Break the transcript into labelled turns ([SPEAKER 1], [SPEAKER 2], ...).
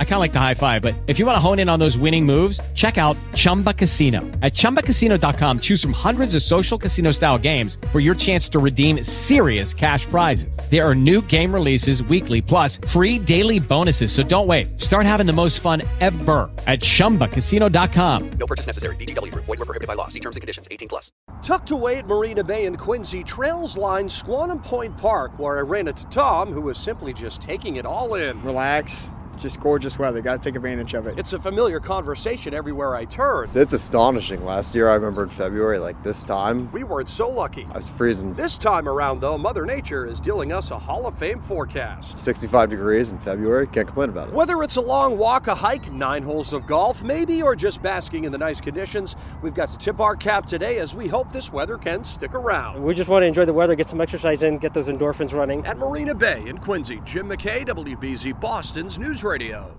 [SPEAKER 1] I kind of like the high five, but if you want to hone in on those winning moves, check out Chumba Casino. At chumbacasino.com, choose from hundreds of social casino style games for your chance to redeem serious cash prizes. There are new game releases weekly, plus free daily bonuses. So don't wait. Start having the most fun ever at chumbacasino.com.
[SPEAKER 2] No purchase necessary. BGW. Void were prohibited by law. See terms and conditions. 18 plus.
[SPEAKER 3] Tucked away at Marina Bay in Quincy, trails line Squanum Point Park, where I ran into Tom, who was simply just taking it all in.
[SPEAKER 4] relax. Just gorgeous weather. Got to take advantage of it.
[SPEAKER 3] It's a familiar conversation everywhere I turn.
[SPEAKER 4] It's astonishing. Last year, I remember in February, like this time,
[SPEAKER 3] We weren't so lucky.
[SPEAKER 4] I was freezing.
[SPEAKER 3] This time around, though, Mother Nature is dealing us a Hall of Fame forecast.
[SPEAKER 4] 65 degrees in February. Can't complain about it.
[SPEAKER 3] Whether it's a long walk, a hike, nine holes of golf, maybe, or just basking in the nice conditions, we've got to tip our cap today as we hope this weather can stick around.
[SPEAKER 5] We just want to enjoy the weather, get some exercise in, get those endorphins running.
[SPEAKER 3] At Marina Bay in Quincy, Jim McKay, WBZ Boston's News Radio.